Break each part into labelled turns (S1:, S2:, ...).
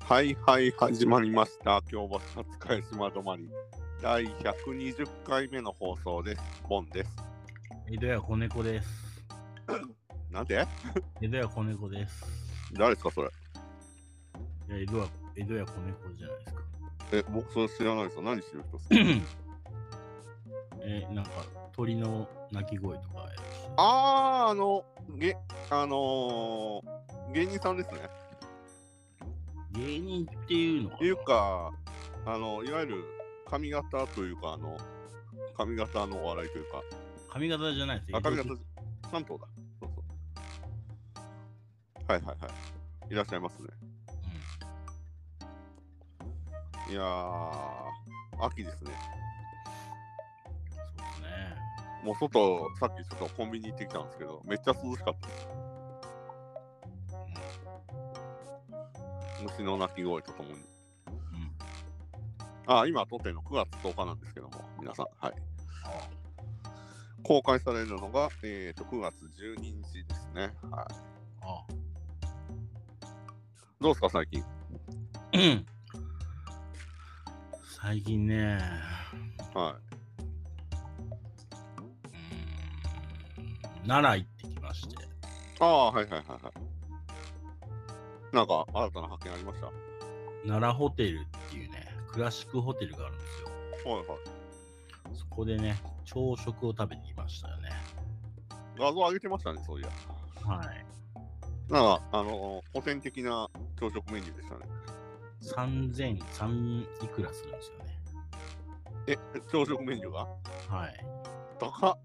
S1: はいはい始まりました今日は初返しまどまり第120回目の放送ですボンです
S2: 江戸屋子猫です。
S1: なんで
S2: 江戸屋子猫です。
S1: 誰ですかそれ
S2: いや、江戸は江戸屋子猫じゃないですか。
S1: え僕それ知らないですよ何してる人です
S2: え、なんか鳥の鳴き声とかやるし。
S1: あーあのげあのー、芸人さんですね
S2: 芸人っていうのは
S1: いうかあのいわゆる髪型というかあの髪型のお笑いというか
S2: 髪型じゃないです
S1: あ髪型
S2: 江
S1: 関東だそうそうはいはいはいいらっしゃいますね
S2: 戸うん
S1: いやー秋ですね
S2: そうですね。
S1: もう外、さっきちょっとコンビニ行ってきたんですけど、めっちゃ涼しかったです。虫の鳴き声とともに。
S2: うん。
S1: あ、今撮ってるの9月10日なんですけども、皆さん、はい。
S2: あ
S1: 公開されるのが、えー、と9月12日ですね。はい、
S2: あ。
S1: どうですか、最近。
S2: うん最近ね、
S1: は
S2: うーん奈良行ってきまして。
S1: い、ああ、はいはいはいはい。なんか、新たな発見ありました。は
S2: 奈良ホテルっていうね、クラシックホテルがあるんですよ。
S1: いはい。
S2: そこでね、朝食を食べてきましたよね。
S1: 画像上げてましたね、そういや。
S2: はい。
S1: なんか、あの、古典的な朝食メニューでしたね。
S2: 3003いくらするんですよね。
S1: え、朝食メニューが
S2: はい。
S1: 高っ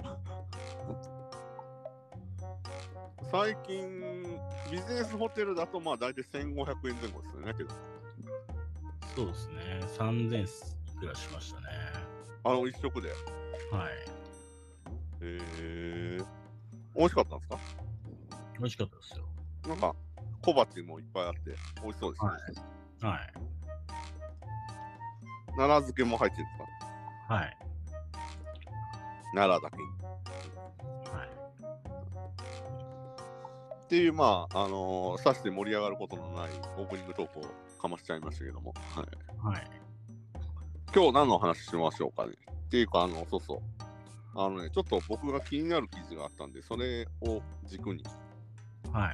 S1: 最近ビジネスホテルだとまあ大体1500円前後ですよねけど
S2: そうですね。3000いくらしましたね。
S1: あの一食でへ
S2: はい。
S1: え美味しかったんですか
S2: 美味しかったですよ。
S1: なんか小鉢もいっぱいあって美味しそうですね、
S2: ははい。
S1: 奈良漬けも入ってるんですか
S2: はい。
S1: 奈良だけ
S2: はい。
S1: っていうまああのー、さして盛り上がることのないオープニング投稿かましちゃいましたけども、はい、
S2: はい。
S1: 今日何の話しましょうかねっていうか、あの、そうそう。あのね、ちょっと僕が気になる記事があったんで、それを軸に
S2: は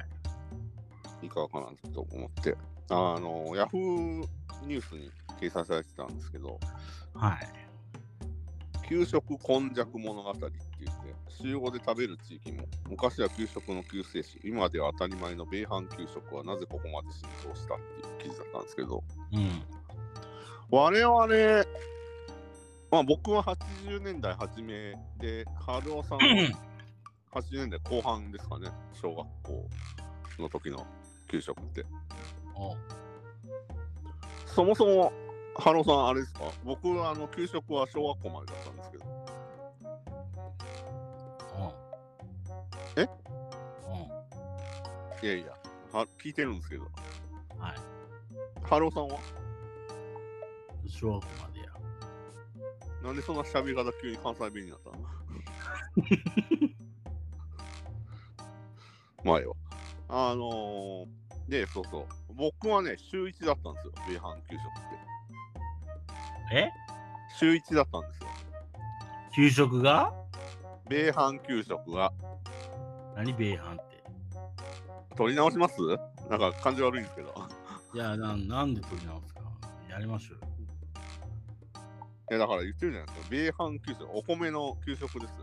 S2: い。
S1: いかがかなと思って、あの、ヤフーニュースに掲載されてたんですけど、
S2: はい。
S1: 給食こんじゃく物語って言って、週5で食べる地域も、昔は給食の救世主、今では当たり前の米飯給食はなぜここまで浸透したっていう記事だったんですけど、
S2: うん。
S1: 我々、まあ、僕は80年代初めで、春尾さ んは80年代後半ですかね、小学校の時の給食って。
S2: お
S1: そもそも、春尾さん、あれですか、僕はあの給食は小学校までだったんですけど、
S2: お
S1: え
S2: お
S1: いやいや、は聞いてるんですけど、
S2: はい。
S1: 春尾さんは、
S2: 小学校までや。
S1: なんでそんな喋り方急に関西弁になったのまあよ。あのー、で、そうそう。僕はね、週1だったんですよ、米飯給食って。
S2: え
S1: 週1だったんですよ。
S2: 給食が
S1: 米飯給食が。
S2: 何米飯って。
S1: 取り直しますなんか感じ悪いんですけど。
S2: いや、なんなんで取り直すか。やりましょうよ。
S1: いや、だから言ってるじゃないですか。米飯給食、お米の給食ですよ。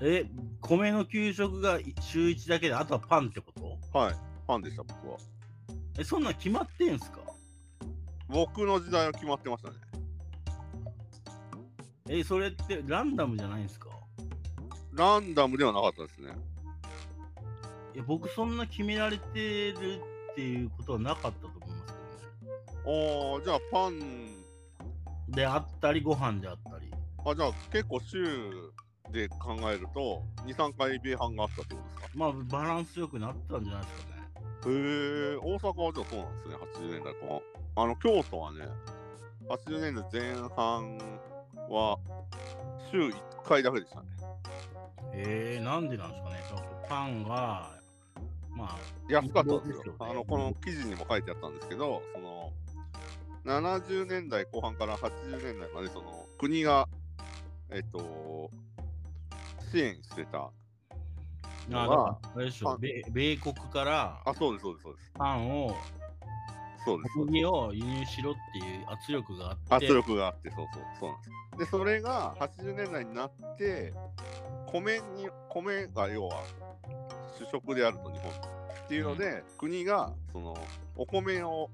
S2: え、米の給食が週1だけで、あとはパンってこと
S1: はい。ファンでした、僕は。
S2: え、そんなん決まってんすか
S1: 僕の時代は決まってましたね。
S2: え、それってランダムじゃないんすか
S1: ランダムではなかったですね。
S2: いや、僕そんな決められてるっていうことはなかったと思いますけどね。
S1: ああ、じゃあパン
S2: であったり、ご飯であったり。
S1: あじゃあ結構週で考えると23回米飯があったってことですかへ
S2: まあ、バランスよくなったんじゃないですかね。
S1: え大阪はじゃあそうなんですね80年代後半あの京都はね80年代前半は週1回だけでしたね
S2: えー、なんでなんですかね。パンが、まあ、
S1: 安かったんですよ
S2: ですよね
S1: あのこの記事にも書いてあったんですけどその70年代後半から80年代までその国がえっと支援してた
S2: あだからあれでし
S1: パ
S2: ょ
S1: ン
S2: 米米国から
S1: あそうですそうですそうです
S2: パンを
S1: そうです
S2: 小麦を輸入しろっていう圧力があっ
S1: 圧
S2: て
S1: 力があってそうそうそうなんですでそれが80年代になって米に米が要は主食であると日本っていうので、国がそのお米を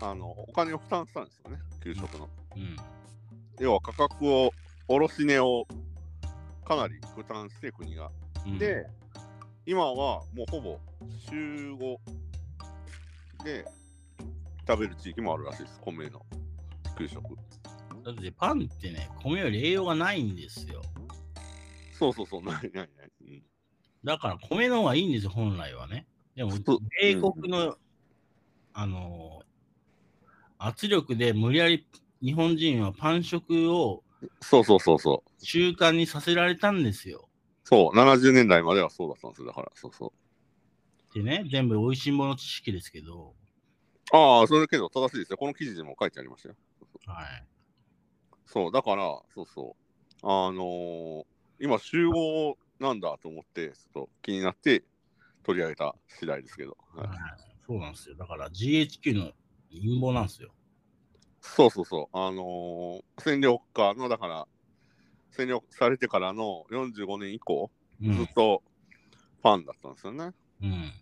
S1: あのお金を負担したんですよね給食の、
S2: うん
S1: 要は価格を卸値をかなり負担して国が、
S2: うん、
S1: で今はもうほぼ週5で食べる地域もあるらしいです米の給食
S2: だってパンってね米より栄養がないんですよ
S1: そうそうそう、ないないない。うん
S2: だから米の方がいいんですよ本来はねでも
S1: そう
S2: 米国の、あの圧力で無理やり日本人はパン食を
S1: そうそうそうそう。
S2: 習慣にさせられたんですよ
S1: そう、70年代まではそうだったんですよ。だから、そうそう。
S2: ってね全部おいしんぼの知識ですけど
S1: ああ、それだけど正しいですね。この記事でも書いてありましたよ。
S2: はい
S1: そう、だから、そうそう。あのー今、集合なんだと思って、ちょっと気になって取り上げた次第ですけど。はい
S2: はい、そうなんですよ。だから GHQ の陰謀なんですよ。
S1: そうそうそう。あのー占領下の、だから、占領されてからの45年以降、
S2: う
S1: ず
S2: ん
S1: っ。とファンだったんですよね。
S2: うん、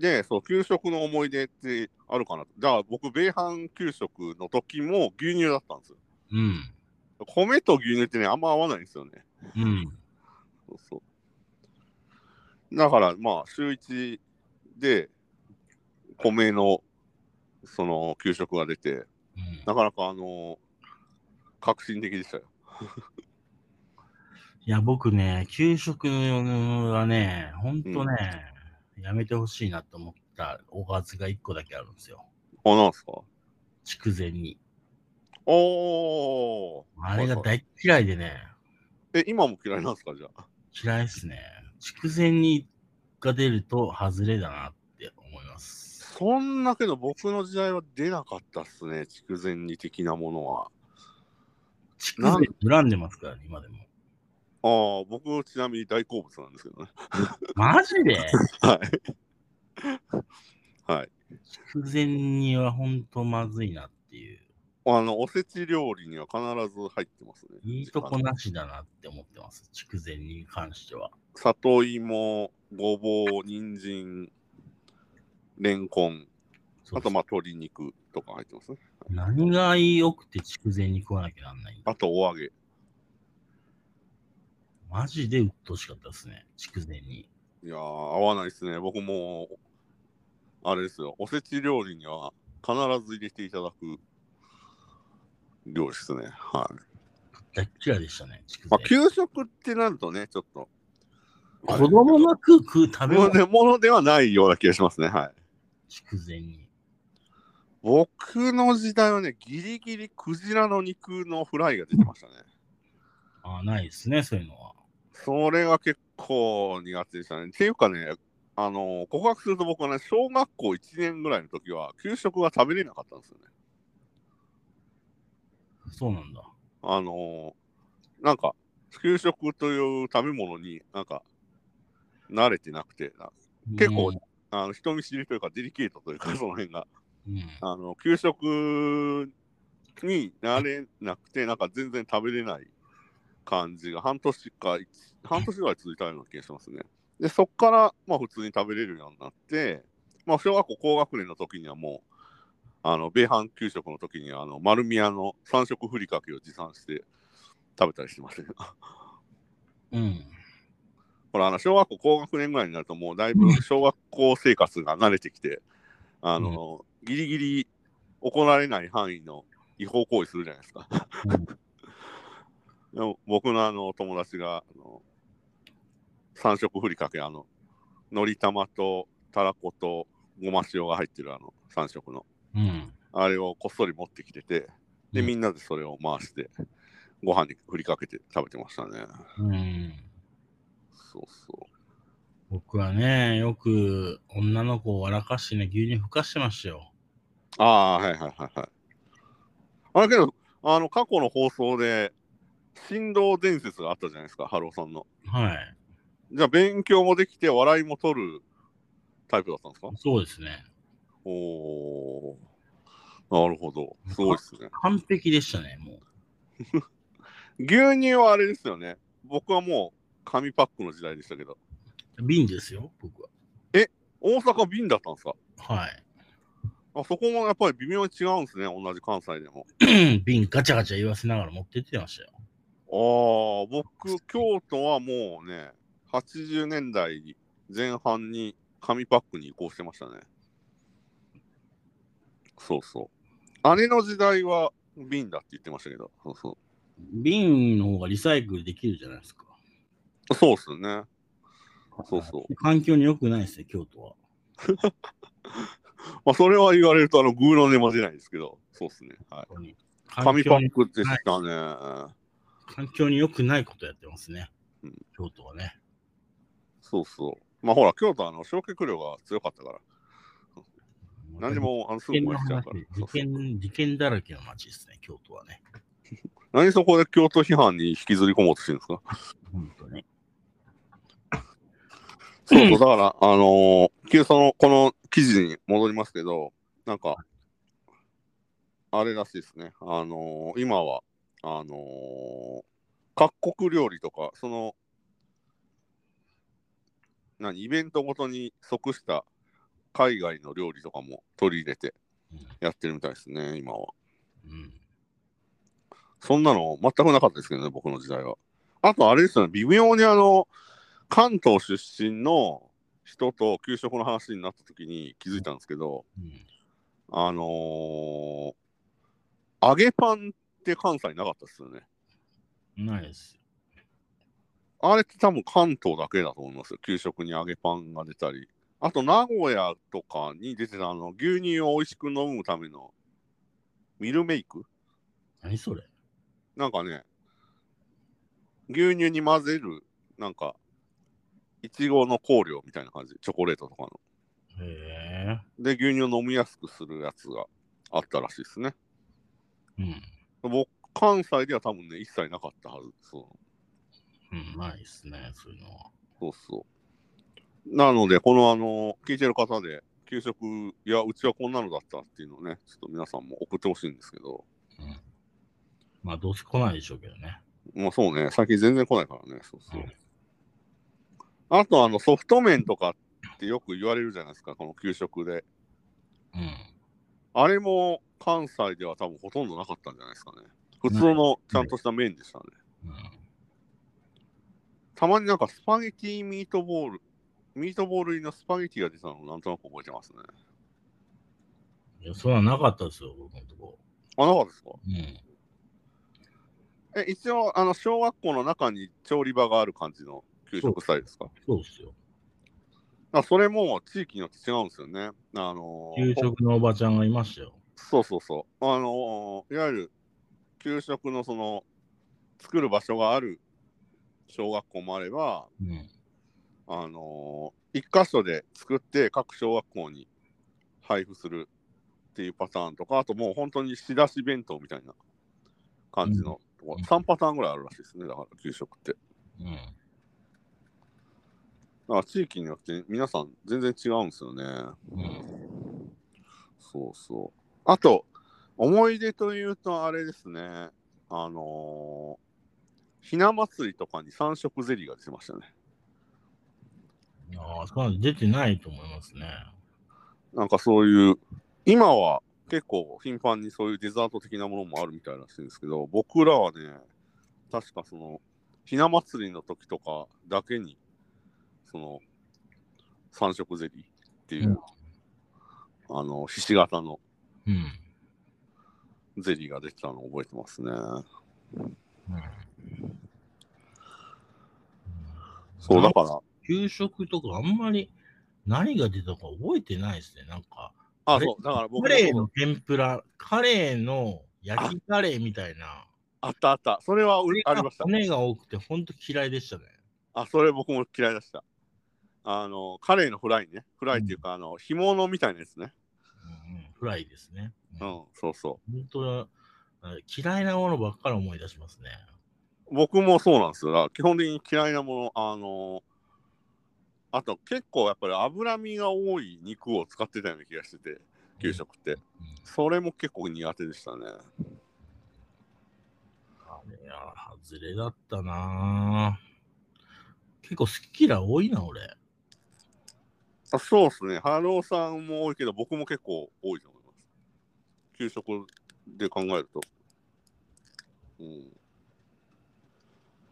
S1: で、そう、給食の思い出ってあるかなと。じゃあ、僕、米飯給食の時も牛乳だったんですよ。
S2: うん。
S1: 米と牛乳ってね、あんま合わないんですよね。
S2: うん。
S1: そうそう。だから、まあ、週1で米の、その、給食が出て、
S2: うん、
S1: なかなか、あの革新的でしたよ。
S2: いや、僕ね、給食はね、ほんとね、やめてほしいなと思ったおかずが1個だけあるんですよ。
S1: あ、なんすか
S2: 筑前に。
S1: おー
S2: あれが大嫌いでね、
S1: え、今も嫌いなんですかじゃあ。
S2: 嫌いですね。筑前にが出ると外れだなって思います。
S1: そんだけど僕の時代は出なかったっすね、筑前煮的なものは。
S2: 筑前恨んでますから、ね、今でも。
S1: ああ、僕、ちなみに大好物なんですけどね。
S2: マジで
S1: はい。はい。
S2: 筑前にはほんとまずいなっていう。
S1: あの、おせち料理には必ず入ってますね。
S2: いいとこなしだなって思ってます。筑前に関しては。
S1: 里芋、ごぼう、人参、レンコン、あと、まあ、鶏肉とか入ってますね。
S2: 何が良くて筑前に食わなきゃなんないんだ
S1: あと、お揚げ。
S2: マジで鬱陶しかったですね。筑前に。
S1: いやー、合わないですね。僕もう、あれですよ。おせち料理には必ず入れていただく料理ですね。はい。
S2: 大っ嫌いでしたね。筑
S1: ま
S2: 前
S1: あ、給食ってなるとね、ちょっと。
S2: 子供が食う食う食べ
S1: も
S2: 物
S1: のでものではないような気がしますね。はい。
S2: 筑前に。
S1: 僕の時代はね、ギリギリクジラの肉のフライが出てましたね。
S2: あないですね、そういうのは。
S1: それが結構苦手でしたね。っていうかね、あの、告白すると僕はね、小学校1年ぐらいの時は、給食が食べれなかったんですよね。
S2: そうなんだ。
S1: あの、なんか、給食という食べ物になんか、慣れてなくて、な結構あの人見知りというか、デリケートというか、その辺が。
S2: うん。うん
S1: あの給食になれなくて、なんか全然食べれない感じが半年か、一半年ぐらい続いたような気がしますね。で、そこから、まあ普通に食べれるようになって、まあ小学校高学年の時にはもう、あの、米飯給食の時には、あの、丸宮の三色ふりかけを持参して食べたりしてましたけど
S2: うん。
S1: ほら、あの、小学校高学年ぐらいになると、もうだいぶ小学校生活が慣れてきて、あの、ギリギリ怒られない範囲の違法行為するじゃないですか。
S2: うん
S1: でも僕のあの友達があの三色ふりかけあののり玉とたらことごま塩が入ってるあの三色の
S2: うん。
S1: あれをこっそり持ってきててで
S2: うん
S1: みんなでそれを回してご飯にふりかけて食べてましたね
S2: うん。
S1: そうそ
S2: 僕はね、よく女の子を笑かしてね、牛乳ふかしてましたよ。
S1: ああ、はいはいはいはい。あれけど、あの、過去の放送で、振動伝説があったじゃないですか、ハローさんの。
S2: はい。
S1: じゃあ、勉強もできて、笑いも取るタイプだったんですか
S2: そうですね。
S1: おおー。なるほど。すごいですね。
S2: 完璧でしたね、もう。
S1: 牛乳はあれですよね。僕はもう、紙パックの時代でしたけど。
S2: 瓶ですよ、僕は。
S1: 大阪瓶だったんですか
S2: はい。
S1: あそこもやっぱり微妙に違うんですね、同じ関西でも。
S2: 瓶ガチャガチャ言わせながら持ってってましたよ。
S1: ああ、僕、京都はもうね、80年代前半に紙パックに移行してましたね。そうそう。姉の時代は瓶だって言ってましたけど、そうそ
S2: 瓶の方がリサイクルできるじゃないですか。
S1: う。そうっすね。そうそ
S2: 環境に良くないですね、京都は。
S1: う。まあ、それは言われると、あの、グーの音も出ないですけど、そうっすね。はい。
S2: 本当に
S1: 紙パ
S2: 環境に
S1: ックでしたね。
S2: 環境に良くないことやってますね
S1: うん。
S2: 京都はね。
S1: そうそう。まあ、ほら、京都はあの、焼却量が強かったから、何でも、あの、すぐ
S2: 事件
S1: 燃
S2: の
S1: やしちゃう
S2: 話
S1: から。そ
S2: 事
S1: うそう
S2: 件、事件だらけの街ですね、京都はね。
S1: 何そこで京都批判に引きずり込もうとしてるんですか
S2: 本当に。
S1: そうそう、だから、あのー、急その、この記事に戻りますけど、なんか、あれらしいですね。あのー、今は、あのー、各国料理とか、その、何、イベントごとに即した海外の料理とかも取り入れてやってるみたいですね、今は。
S2: うん。
S1: そんなの全くなかったですけどね、僕の時代は。あと、あれですよね、微妙にあの、関東出身の人と給食の話になった時に気づいたんですけど、
S2: うん
S1: あのー、揚げパンって関西なかったですよね。
S2: ないです。
S1: あれって多分関東だけだと思いますよ。給食に揚げパンが出たり。あと、名古屋とかに出てたあの、牛乳を美味しく飲むためのミルメイク
S2: 何それ
S1: なんかね、牛乳に混ぜる、なんか、いちごの香料みたいな感じ、チョコレートとかの。
S2: へ
S1: で、牛乳を飲みやすくするやつがあったらしいですね。
S2: え。うん。
S1: 僕、関西では多分ね、一切なかったはず。そう
S2: うん、ないですね、そういうのは。
S1: そうそう。なので、このあの、聞いてる方で、給食、いや、うちはこんなのだったっていうのをね、ちょっと皆さんも送ってほしいんですけど、
S2: まあ、どうせ来ないでしょうけどね。
S1: まあそうね、最近全然来ないからね、そうそう。
S2: はい
S1: あと、あの、ソフト麺とかってよく言われるじゃないですか、この給食で。
S2: うん。
S1: あれも関西では多分ほとんどなかったんじゃないですかね。普通のちゃんとした麺でしたね。
S2: うん
S1: たまになんかスパゲティミートボール、ミートボール入りのスパゲティが出たのをなんとなく覚えてますね。
S2: いや、それはなかったですよ、僕のとこ。
S1: あ、なかったですか
S2: うん。
S1: え、一応、あの、小学校の中に調理場がある感じの給食スタイルですか
S2: そうですよ。
S1: あそれも地域によって違うんですよね。あのー
S2: 給食のおばちゃんがいましたよ。
S1: そうそうそう。あのーいわゆる給食のその作る場所がある小学校もあれば、
S2: うん。
S1: あのー一箇所で作って各小学校に配布するっていうパターンとか、あともう本当に仕出し弁当みたいな感じの、
S2: ん
S1: 3パターンぐらいあるらしいですね、だから給食って。だ
S2: うん。
S1: から地域によって皆さん全然違うんですよね。
S2: うん。
S1: そうそう。あと、思い出というとあれですね。あのーひな祭りとかに三色ゼリーが出てましたね。
S2: ああ、そうなん出てないと思いますね。
S1: なんかそういう、今は結構頻繁にそういうデザート的なものもあるみたいらしいんですけど、僕らはね、確かその、ひな祭りの時とかだけに、その、三色ゼリーっていう、あの、ひし形の
S2: うん。
S1: ゼリーができたのを覚えてますね。
S2: うん。
S1: そう、だから、
S2: 給食とかあんまり何が出たか覚えてないですね。なんか、
S1: あ、
S2: あれ
S1: そう、だから僕
S2: カレーの天ぷら、カレーの焼きカレーみたいな。
S1: あったあった。それはう
S2: これ
S1: あ
S2: が
S1: りました。
S2: 骨が多くて、ほんと嫌いでしたね。
S1: あ、それ僕も嫌いでした。あの、カレイのフライね。フライっていうか、あの、干物みたいなやつね。
S2: うんうんフライですね。
S1: う
S2: 本
S1: ん、そうそ
S2: 当だ。嫌いなものばっかり思い出しますね。
S1: う。僕もそうなんですよ。だから基本的に嫌いなもの、あの、あと結構やっぱり脂身が多い肉を使ってたような気がしてて、給食って。
S2: うん
S1: それも結構苦手でしたね。
S2: あれや、外れだったなぁ結構好き嫌い多いな、俺。
S1: あそうですね。ハローさんも多いけど、僕も結構多いと思います。給食で考えると。うん。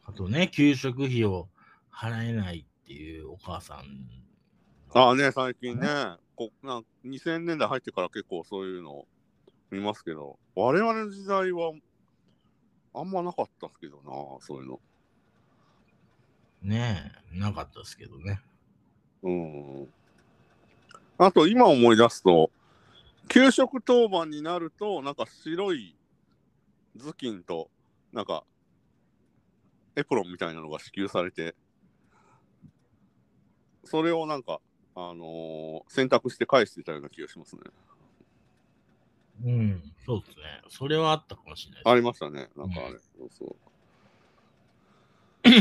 S2: あとね、給食費を払えないっていうお母さん。
S1: ああね、最近ね、こなん2000年代入ってから結構そういうの見ますけど、我々の時代はあんまなかったっすけどな、そういうの。
S2: ねえ、なかったですけどね。
S1: うん。あと、今思い出すと、給食当番になると、なんか白い頭巾と、なんか、エプロンみたいなのが支給されて、それをなんか、あのー選択して返してたような気がしますね。
S2: うん、そうですね。それはあったかもしれな
S1: あ
S2: い
S1: り
S2: で
S1: ましたね。なんかあれ。そうそう。
S2: す。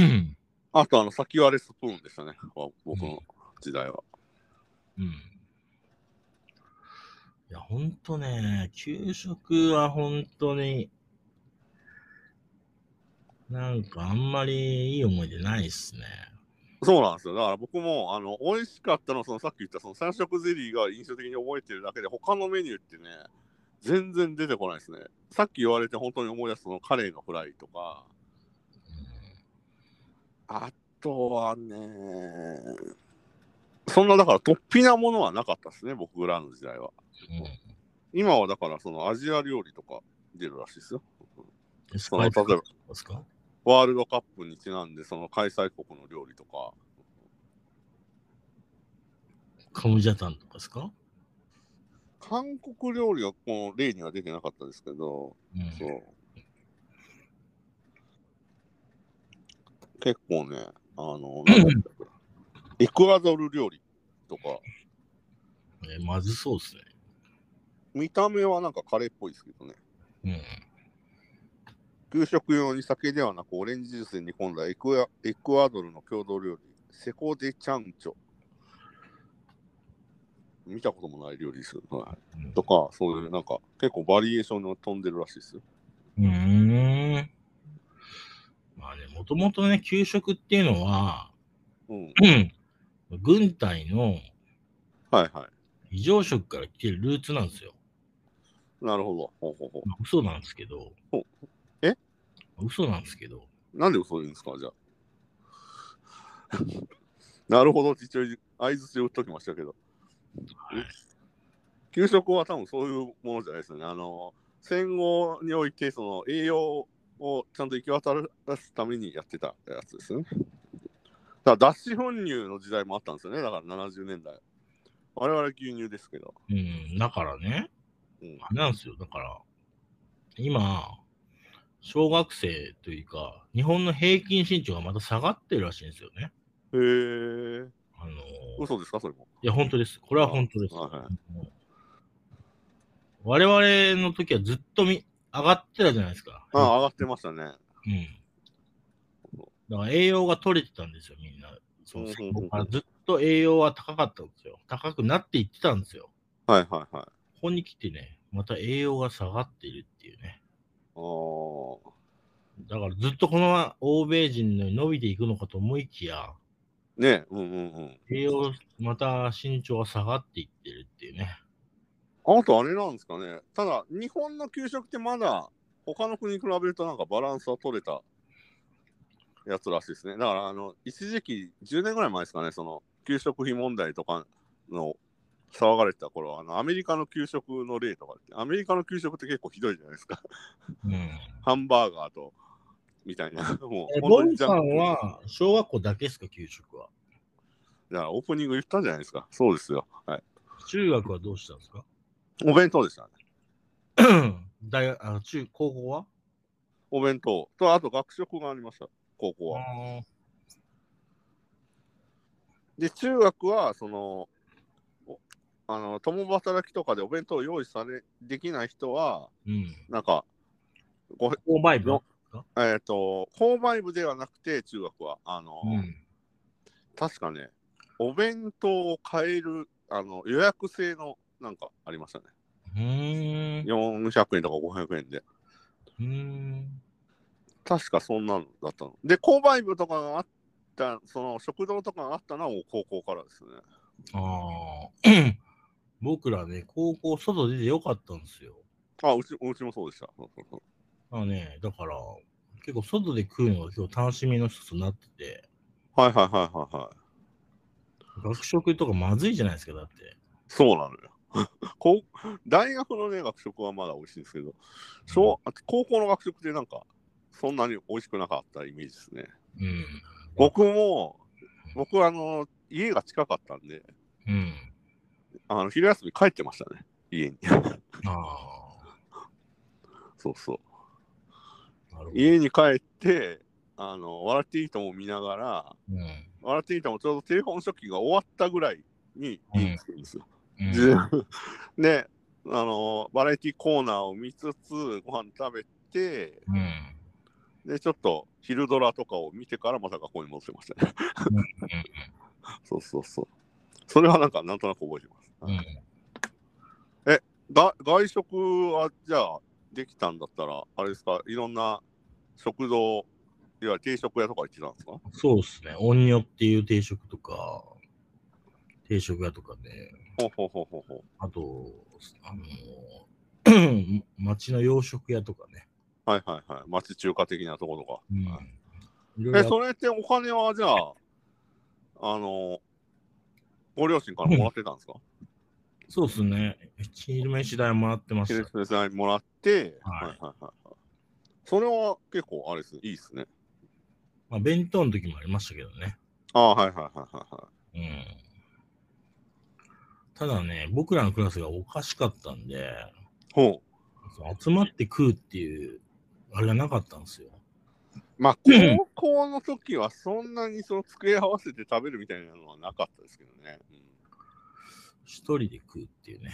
S1: あと、あの、先割れスプーンでしたね。わ僕の時代は。
S2: うん。いや、ほんとね、給食はほんとに、なんかあんまりいい思い出ないっすね。
S1: そうなんですよ。だから僕も、あの、美味しかったのは、そのさっき言った、その三色ゼリーが印象的に覚えてるだけで、他のメニューってね、全然出てこないですね。さっき言われて本当に思い出す、そのカレーのフライとか、あとはね、そんな、だから、突飛なものはなかったですね、僕らの時代は。
S2: うん
S1: 今は、だから、そのアジア料理とか出るらしいですよ。
S2: うん。ス
S1: そ
S2: パ
S1: の、
S2: イス
S1: 例えば、
S2: ですか
S1: ワールドカップにちなんで、その開催国の料理とか、
S2: カムジャタンとかですか
S1: 韓国料理はこの例には出てなかったですけど、
S2: うん
S1: そう。結構ね、あの、なんだったっけエクアドル料理とか、
S2: えまずそうっすね。
S1: 見た目はなんかカレーっぽいですけどね。
S2: うん。
S1: 給食用に酒ではなくオレンジジュースに煮込んだエクアエクアドルの郷土料理、セコデチャンチョ。見たこともない料理ですよ。はい
S2: うん
S1: とか、そういうなんか結構バリエーションが飛んでるらしいですよ。
S2: うーん。まあね、もともとね、給食っていうのは、
S1: うん。
S2: うん軍隊の
S1: はいは
S2: 非常食から来てるルーツなんですよ。
S1: い。なるほど。ほうほうほ
S2: まあ嘘なんですけど
S1: お。え
S2: 嘘なんですけど。
S1: う。なんで嘘言うんですかじゃあ。 なるほどって一応相づちを打っときましたけど。
S2: い
S1: 給食は多分そういうものじゃないですよね。あの、戦後においてその栄養をちゃんと行き渡らすためにやってたやつですよね。だから脱脂粉乳の時代もあったんですよね。だから70年代。我々牛乳ですけど。
S2: うん、だからね、
S1: うん
S2: あれなんですよ。だから、今、小学生というか、日本の平均身長がまた下がってるらしいんですよね。
S1: へえ。
S2: あのー
S1: 嘘ですかそれも。
S2: いや、本当です。これは本当です。
S1: はいは
S2: 我々の時はずっとみ上がってたじゃないですか。
S1: ああ、上がってましたね。
S2: うん。だから栄養が取れてたんですよ、みんな。その
S1: うんうんうん
S2: 戦後からずっと栄養は高かったんですよ。高くなっていってたんですよ。
S1: はいはいはい。
S2: ここに来てね、また栄養が下がっているっていうね。
S1: おー
S2: だからずっとこのまま欧米人のように伸びていくのかと思いきや、
S1: ねうんうん
S2: 栄養、また身長が下がっていってるっていうね。
S1: うん。あとあれなんですかね。ただ、日本の給食ってまだ他の国に比べるとなんかバランスは取れたやつらしいですね。だから、あの、一時期、10年ぐらい前ですかね、その、給食費問題とかの騒がれてた頃は、あの、アメリカの給食の例とかって、アメリカの給食って結構ひどいじゃないですか。
S2: うん。
S1: ハンバーガーと、みたいな。もう、
S2: え、
S1: 本当
S2: ボン
S1: にジ
S2: さ
S1: ャンク
S2: んは小学校だけですか、給食は。
S1: だからオープニング言ったじゃないですか。そうですよ。はい。
S2: 中学はどうしたんですか
S1: お弁当でしたね。
S2: 大学あ中高校は
S1: お弁当と、あと学食がありました、高校は。
S2: あー
S1: で、中学は、その、おあの、共働きとかでお弁当を用意され、できない人は、
S2: うん。
S1: なんか、ご
S2: 購買部。
S1: えっ、と、購買部ではなくて、中学は、あの、
S2: うん。
S1: 確かね、お弁当を買える、あの、予約制の、なんかありましたね。
S2: うーん。
S1: 400円とか500円で。
S2: うーん。
S1: 確かそんなのだったの。で、購買部とかがあった、その食堂とかがあったのはもう高校からですね。
S2: ああ。 僕らね、高校外出てよかったんですよ。
S1: あ、うちうちもそうでした。そうそうそう
S2: あのね、だから、結構外で食うのが今日楽しみの一つになってて、
S1: はいはいはいはいはい。
S2: 学食とかまずいじゃないですか、だって。
S1: そうなのよ。 こう大学のね、学食はまだ美味しいんですけど、小高校の学食ってなんか、そんなに美味しくなかったイメージですね。
S2: うん。
S1: 僕も、僕はあの、家が近かったんで、
S2: うん。
S1: あの昼休み帰ってましたね、家に。
S2: あ
S1: そうそう。
S2: あ。なるほど。
S1: 家に帰って、あの、笑っていいとも見ながら、
S2: うん。
S1: 笑っていいともちょうどテレフォン初期が終わったぐらいに家に来るんですよ。
S2: うん
S1: で、 であの、バラエティコーナーを見つつ、ご飯食べて、
S2: うん
S1: で、ちょっと昼ドラとかを見てからまた学校に戻ってましたね
S2: うんうん。
S1: そうそうそう。それはなんかなんとなく覚えてます。
S2: うん
S1: が外食はじゃあできたんだったら、あれですか、いろんな食堂、いわゆる定食屋とか行ってたんですか
S2: そうですね。オニオっていう定食とか、定食屋とかね、
S1: ほうほうほうほうほう。
S2: あと、あのー 町の洋食屋とかね。
S1: はいはいはい。町中華的なところとか。
S2: うん
S1: はい
S2: ろい
S1: え、
S2: ろ
S1: それってお金はじゃあ、あの、ご両親からもらってたんですか
S2: そうですね。昼飯代もらってまし
S1: 昼
S2: た。
S1: 飯代もらって、
S2: はい
S1: はいはいはい。それは結構あれですね、いいですね。
S2: まあ、弁当の時もありましたけどね。
S1: ああ、はいはいはいはいはい。
S2: うん。ただね、僕らのクラスがおかしかったんで、
S1: ほう。
S2: その集まって食うっていう、あれがなかったんですよ。
S1: まあ、
S2: うん
S1: 高校の時はそんなにその机合わせて食べるみたいなのはなかったですけどね。うん
S2: 一人で食うっていうね。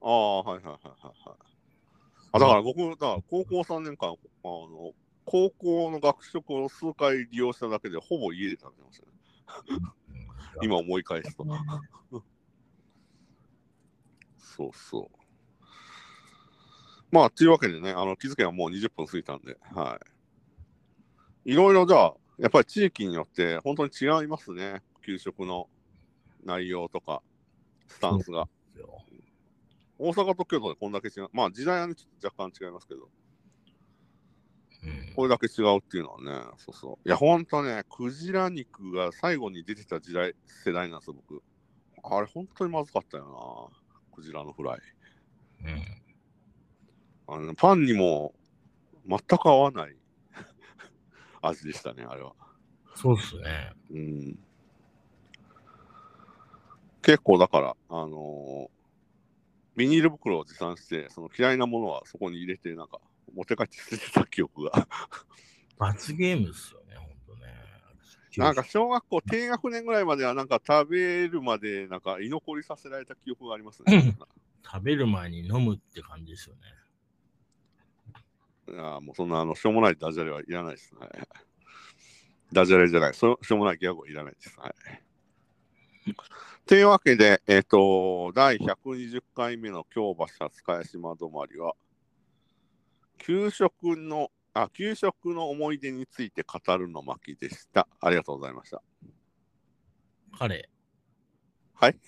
S1: ああ、はいはいはいはいはい。あだから僕、だから高校3年間、あの、高校の学食を数回利用しただけで、ほぼ家で食べてましたね。
S2: うん
S1: 今思い返すと。そうそう。まあ、というわけでね、あの気づけばもう20分過ぎたんで、はい。いろいろじゃあ、やっぱり地域によって本当に違いますね。給食の内容とか、スタンスが。大阪と京都でこんだけ違う。まあ、時代はね、ちょっと若干違いますけど。
S2: うん
S1: これだけ違うっていうのはね、そうそう。いや、ほんとね、クジラ肉が最後に出てた時代、世代なんですよ、僕。あれ、ほんとにまずかったよな、クジラのフライ。
S2: うん
S1: あのパンにも全く合わない 味でしたね、あれは。
S2: そうっすね。
S1: うん。結構だから、あのービニール袋を持参して、その嫌いなものはそこに入れて、なんか、持って帰って捨ててた記憶が。
S2: 罰ゲームっすよね、ほんとね。
S1: なんか小学校低学年ぐらいまではなんか食べるまでなんか居残りさせられた記憶がありますね。
S2: 食べる前に飲むって感じですよね。
S1: いやもうそんなあのしょうもないダジャレはいらないです。はい、ダジャレじゃないそ、しょうもないギャグはいらないです。はい、というわけで、えっ、と、第120回目の京橋初返島止まりは、給食の、あ、給食の思い出について語るの巻でした。ありがとうございました。
S2: 彼。
S1: はい。